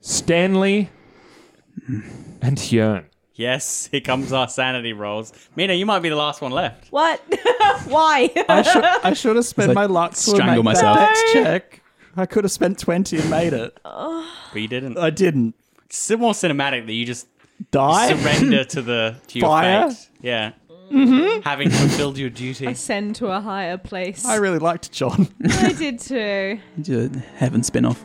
Speaker 2: Stanley and Yearn.
Speaker 9: Yes, here comes our sanity rolls. Mina, you might be the last one left.
Speaker 3: What? Why?
Speaker 10: [laughs] I should I should have spent
Speaker 9: It's like,
Speaker 10: my luck to
Speaker 9: strangle
Speaker 10: make
Speaker 9: myself.
Speaker 10: That dex check. I could have spent twenty and made it.
Speaker 9: But you didn't.
Speaker 10: I didn't.
Speaker 9: It's more cinematic that you just
Speaker 10: Die?
Speaker 9: surrender to the to your
Speaker 10: Fire?
Speaker 9: fate. Yeah,
Speaker 3: Mhm.
Speaker 9: having fulfilled your duty.
Speaker 3: I send to a higher place.
Speaker 10: I really liked John.
Speaker 3: I did too.
Speaker 4: Do a heaven spin off.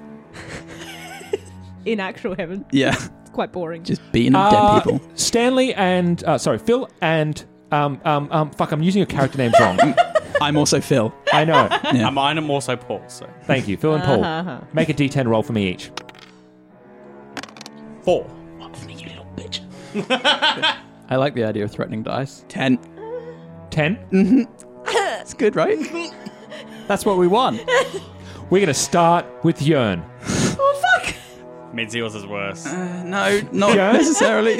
Speaker 3: [laughs] In actual heaven.
Speaker 4: Yeah.
Speaker 3: It's quite boring.
Speaker 4: Just beating up
Speaker 2: Uh,
Speaker 10: Ah.
Speaker 4: dead people.
Speaker 2: Stanley and uh, sorry, Phil and um, um, um, fuck, I'm using your character names
Speaker 4: [laughs]
Speaker 2: wrong.
Speaker 4: I'm also Phil.
Speaker 2: I know.
Speaker 9: Uh, Mine am also Paul. So
Speaker 2: Thank you, Phil and Paul.
Speaker 9: Uh-huh.
Speaker 2: Make a D10 roll for me each.
Speaker 9: four.
Speaker 10: I like the idea of threatening dice.
Speaker 4: Ten.
Speaker 2: 10
Speaker 4: Mm.
Speaker 10: Mm-hmm. It's good, right? That's what we want.
Speaker 2: We're gonna start with Yearn.
Speaker 3: Oh fuck!
Speaker 9: Means yours is worse.
Speaker 4: no, not necessarily.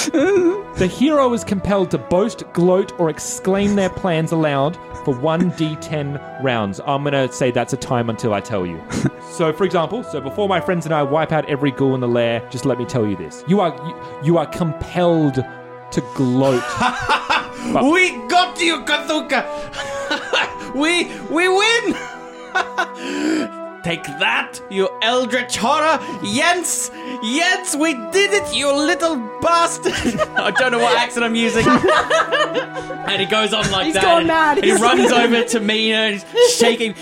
Speaker 2: The hero is compelled to boast, gloat, or exclaim their plans aloud for one d10 rounds. I'm gonna say that's a time until I tell
Speaker 4: [laughs]
Speaker 2: you. so, for example, so before my friends and I wipe out every ghoul in the lair, just let me tell you this: you are you, you are compelled to gloat.
Speaker 4: [laughs]
Speaker 2: But-
Speaker 9: We got you, Kazuka. we we win. Take that, you eldritch horror, Jens. Jens, we did it, you little bastard. [laughs] I don't know what accent I'm
Speaker 3: [laughs]
Speaker 9: using. and he goes on like
Speaker 3: He's
Speaker 9: that.
Speaker 3: gone
Speaker 9: and-
Speaker 3: mad.
Speaker 9: and he
Speaker 3: He's-
Speaker 9: runs over to Mina and he's shaking.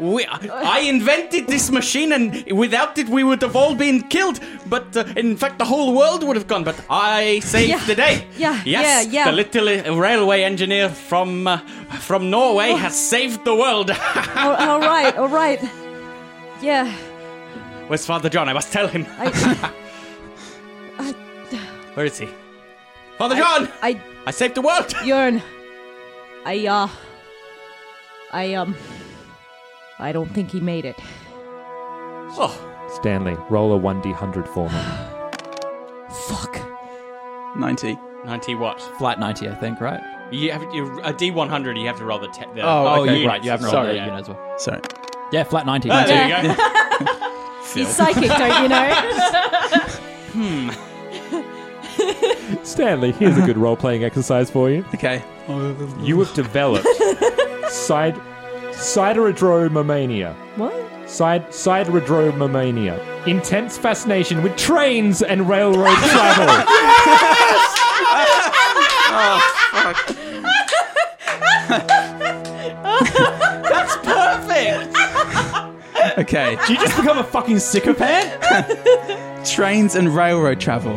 Speaker 9: We, I invented this machine, and without it, we would have all been killed. But uh, in fact, the whole world would have gone. But I saved
Speaker 3: Yeah.
Speaker 9: the day.
Speaker 3: Yeah,
Speaker 9: Yes,
Speaker 3: yeah, yeah.
Speaker 9: the little uh, railway engineer from uh, from Norway
Speaker 3: Oh.
Speaker 9: has saved the world. [laughs]
Speaker 3: all, Oh, all right, all right. Yeah,
Speaker 9: Where's Father John? I must tell him. Where is he? Father John!
Speaker 3: I
Speaker 9: I saved the world! [laughs]
Speaker 3: Yearn. I uh I um I don't think he made it.
Speaker 9: Oh,
Speaker 2: Stanley, roll a one d100 for me.
Speaker 4: 90.
Speaker 9: 90 what?
Speaker 10: Flat 90, I think, right?
Speaker 9: You have you, a D100, you have to roll the. Te- the
Speaker 10: oh,
Speaker 9: the
Speaker 10: okay,
Speaker 9: units.
Speaker 10: right. You haven't rolled
Speaker 9: Sorry,
Speaker 10: the
Speaker 9: yeah.
Speaker 10: unit as well.
Speaker 4: Sorry.
Speaker 10: Yeah, flat 90.
Speaker 9: Oh, there
Speaker 10: Yeah.
Speaker 9: you go. [laughs]
Speaker 3: He's psychic, don't you [laughs] know?
Speaker 9: Hmm.
Speaker 2: [laughs] Stanley, here's a good role playing exercise for you.
Speaker 4: Okay.
Speaker 2: You have developed side siderodromomania.
Speaker 3: What?
Speaker 2: Side siderodromomania. Intense fascination with trains and railroad [laughs] travel.
Speaker 9: That's perfect!
Speaker 4: Okay.
Speaker 10: Did you just become a fucking
Speaker 4: sycophant? Trains and railroad
Speaker 3: [laughs]
Speaker 4: travel.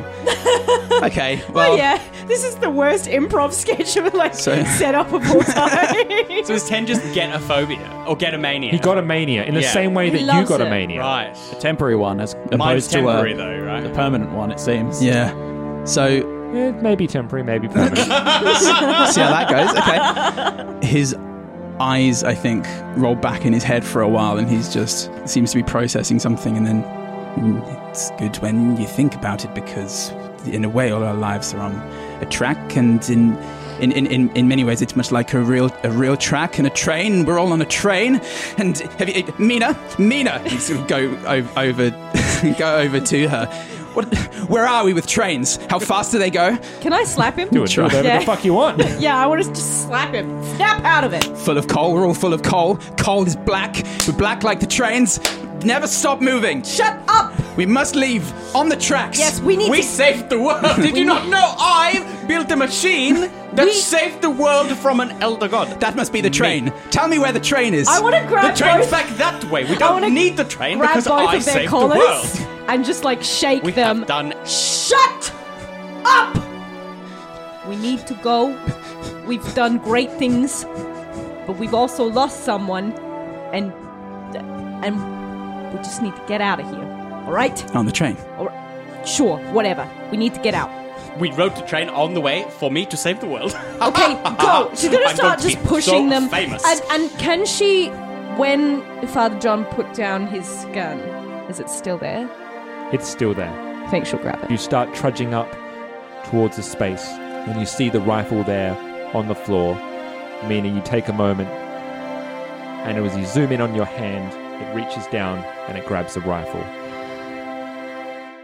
Speaker 4: Okay. Well,
Speaker 3: oh [laughs] yeah, this is the worst improv sketch of like [laughs]
Speaker 4: So-
Speaker 3: set up of all time.
Speaker 9: so is 10 just get a phobia? Or get a mania?
Speaker 2: He got a mania in the
Speaker 9: Yeah.
Speaker 2: same way
Speaker 9: He
Speaker 2: that you
Speaker 9: loves
Speaker 2: got a
Speaker 9: it.
Speaker 2: mania.
Speaker 9: Right. A
Speaker 10: temporary one, as
Speaker 9: Mine's
Speaker 10: opposed
Speaker 8: uh,
Speaker 10: to
Speaker 9: temporary,
Speaker 10: a,
Speaker 9: though, right?
Speaker 10: a permanent one, it seems.
Speaker 4: Yeah. So
Speaker 2: Eh, maybe temporary, maybe [laughs] permanent.
Speaker 4: See how that goes. Okay. His eyes, I think, roll back in his head for a while, and he's just seems to be processing something. And then "Mm, it's good when you think about it because, in a way, all our lives are on a track, and in in, in, in, in many ways, it's much like a real a real track and a train. We're all on a train. And [laughs] have you, Mina, Mina, and sort of go over, over go over to her. What, where are we with trains? How fast do they go?
Speaker 3: Can I slap him?
Speaker 4: Do it, do whatever the fuck you
Speaker 9: [laughs]
Speaker 4: want.
Speaker 3: yeah, I want to just slap him. Snap out of it.
Speaker 4: Full of coal. We're all full of coal. Coal is black. We're black like the trains. Never stop moving. Shut up. We must leave on the tracks.
Speaker 9: Yes, we need
Speaker 4: We
Speaker 9: to-
Speaker 4: saved the
Speaker 9: [laughs]
Speaker 4: world. Did
Speaker 9: We
Speaker 4: you not
Speaker 9: need-
Speaker 4: know? I built a machine that saved the world from an elder god. That must be the train. Tell me where the train is.
Speaker 3: I wanna grab
Speaker 4: the train's
Speaker 3: both-
Speaker 4: back that way. We
Speaker 3: I
Speaker 4: don't
Speaker 3: wanna
Speaker 4: need the train
Speaker 3: Grab
Speaker 4: because
Speaker 3: both
Speaker 4: I
Speaker 3: of their
Speaker 4: saved the world.
Speaker 3: collars and just like shake
Speaker 4: We
Speaker 3: them.
Speaker 4: have done
Speaker 3: Shut up! We need to go. We've done great things, but we've also lost someone, and and we just need to get out of here. All right?
Speaker 4: On the train.
Speaker 3: Or sure, whatever. We need to get out.
Speaker 9: We rode the train on the way for me to save the world. [laughs] Uh-huh.
Speaker 3: Okay, go. She's gonna
Speaker 9: I'm going
Speaker 3: start
Speaker 9: to
Speaker 3: just
Speaker 9: be so
Speaker 3: pushing them.
Speaker 9: Famous.
Speaker 3: And, and can she, when Father John put down his gun, is it still there?
Speaker 2: It's still there.
Speaker 3: I think she'll grab it.
Speaker 2: You start trudging up towards the space and you see the rifle there on the floor, meaning you take a moment and as you zoom in on your hand, it reaches down and it grabs the rifle.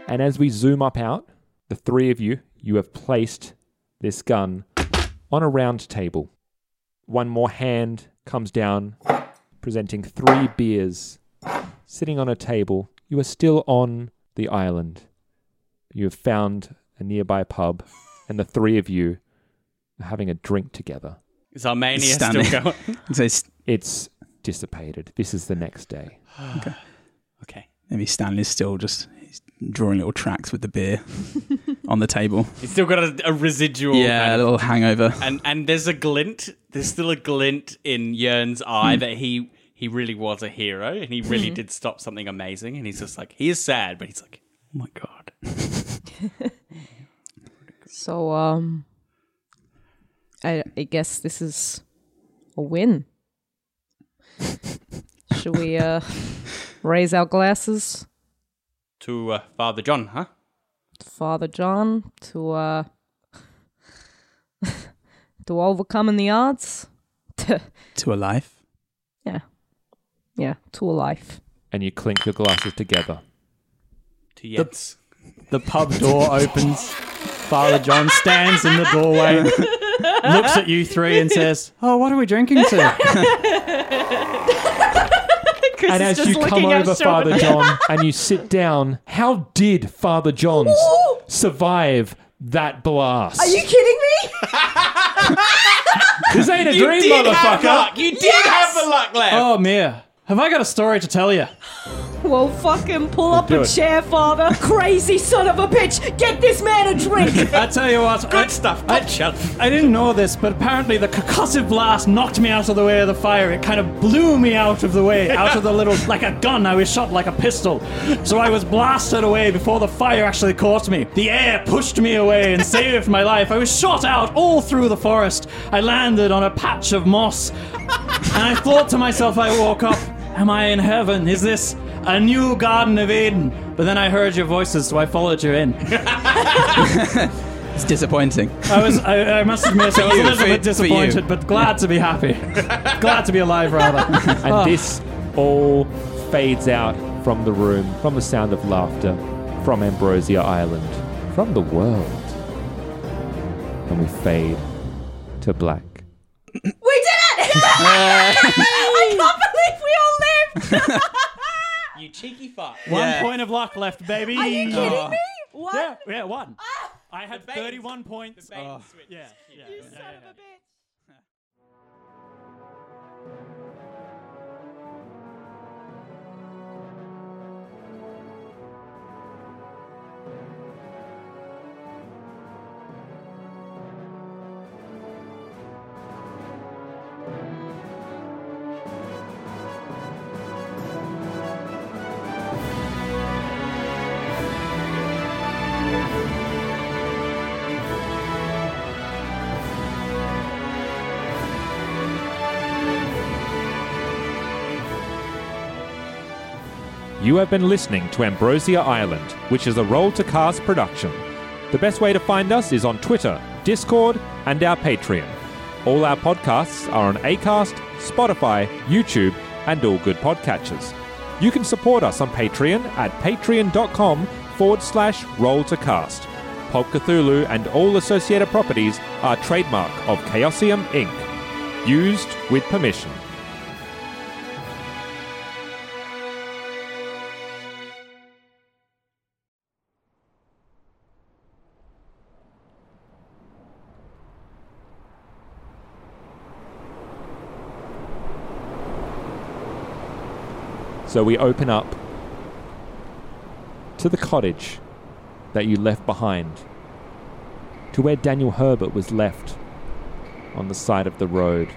Speaker 2: And as we zoom up out, the three of you, you have placed this gun on a round table. One more hand comes down, presenting three beers sitting on a table. You are still on the island. You have found a nearby pub, and the three of you are having a drink together.
Speaker 9: Is our mania still going?
Speaker 2: it's dissipated. This is the next day.
Speaker 4: Okay. Maybe Stanley's still just he's drawing little tracks with the
Speaker 9: [laughs]
Speaker 4: beer on the table.
Speaker 9: He's still got a, a residual.
Speaker 4: Yeah, a
Speaker 9: kind of-
Speaker 4: little hangover.
Speaker 9: And and there's a glint. There's still a glint in Yearn's eye
Speaker 4: Hmm.
Speaker 9: that he he really was a hero and he really did stop something amazing. And he's just like he is sad, but he's like, oh my god.
Speaker 3: So, um, I, I guess this is a win. Should we uh, raise our glasses,
Speaker 9: To uh, Father John, huh?
Speaker 3: Father John, to uh, [laughs] to overcoming the odds?
Speaker 4: To a life.
Speaker 3: yeah, yeah, to a life.
Speaker 2: And you clink your glasses together.
Speaker 9: To
Speaker 2: yes.
Speaker 8: The pub door opens. Father John stands in the doorway, looks at you three, and says, "Oh, what are we drinking to?"
Speaker 5: and as you come over, Father
Speaker 2: [laughs]
Speaker 5: John, and you sit down, how did Father John's survive that blast?
Speaker 13: Are you kidding me?
Speaker 5: This ain't
Speaker 13: [laughs]
Speaker 5: a
Speaker 13: You
Speaker 5: dream,
Speaker 13: did have
Speaker 5: motherfucker.
Speaker 13: luck. You did Yes! have the luck
Speaker 9: left.
Speaker 8: Oh, Mia, have I got a story to tell you?
Speaker 3: Well, fucking pull up
Speaker 8: Do
Speaker 3: a
Speaker 8: it.
Speaker 3: chair, Father.
Speaker 13: Crazy son of a bitch! Get this man a drink!
Speaker 8: [laughs] I tell you what, good
Speaker 9: stuff.
Speaker 8: I, I didn't know this, but apparently the concussive blast knocked me out of the way of the fire. It kind of blew me out of the way, out of the little like a gun. I was shot like a pistol, so I was blasted away before the fire actually caught me. The air pushed me away and saved my life. I was shot out all through the forest. I landed on a patch of moss, and I thought to myself, I woke up. Am I in heaven? Is this a new Garden of Eden? But then I heard your voices, so I followed you in.
Speaker 4: It's disappointing.
Speaker 8: I was, I, I must admit, I was a little bit disappointed, but glad to be happy. glad to be alive, rather. [laughs]
Speaker 2: [laughs] And this all fades out from the room, from the sound of laughter, from Ambrosia Island, from the world. And we fade to black.
Speaker 13: We did it! I can't believe we all lived!
Speaker 9: [laughs] You cheeky fuck.
Speaker 8: One point of luck left, baby.
Speaker 13: Are you kidding Ah!
Speaker 8: Oh.
Speaker 13: me? What?
Speaker 8: Yeah, yeah, one. I had 31 points. Oh, yeah, yeah, yeah, yeah.
Speaker 2: You have been listening to Ambrosia Island, which is a Roll to Cast production. The best way to find us is on Twitter, Discord, and our Patreon. All our podcasts are on Acast, Spotify, YouTube, and all good podcatchers. You can support us on Patreon at patreon.com forward slash roll to cast. Pulp Cthulhu and all associated properties are trademark of Chaosium Inc. Used with permission. So we open up to the cottage that you left behind, to where Daniel Herbert was left on the side of the road,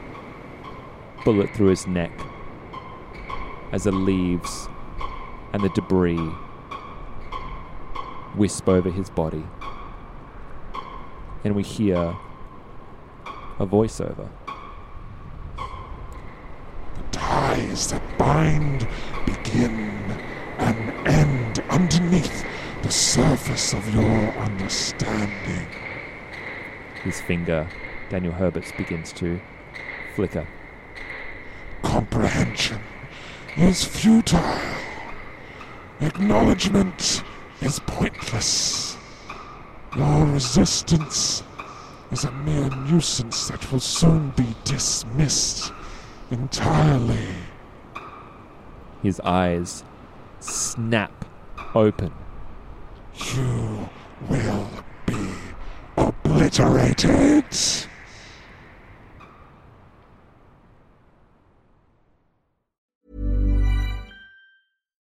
Speaker 2: bullet through his neck, as the leaves and the debris wisp over his body. And we hear a voiceover.
Speaker 14: ties that bind begin and end underneath the surface of your understanding.
Speaker 2: His finger, Daniel Herbert's, begins to flicker.
Speaker 14: Comprehension is futile. Acknowledgement is pointless. Your resistance is a mere nuisance that will soon be dismissed entirely.
Speaker 2: His eyes snap open.
Speaker 14: You will be obliterated.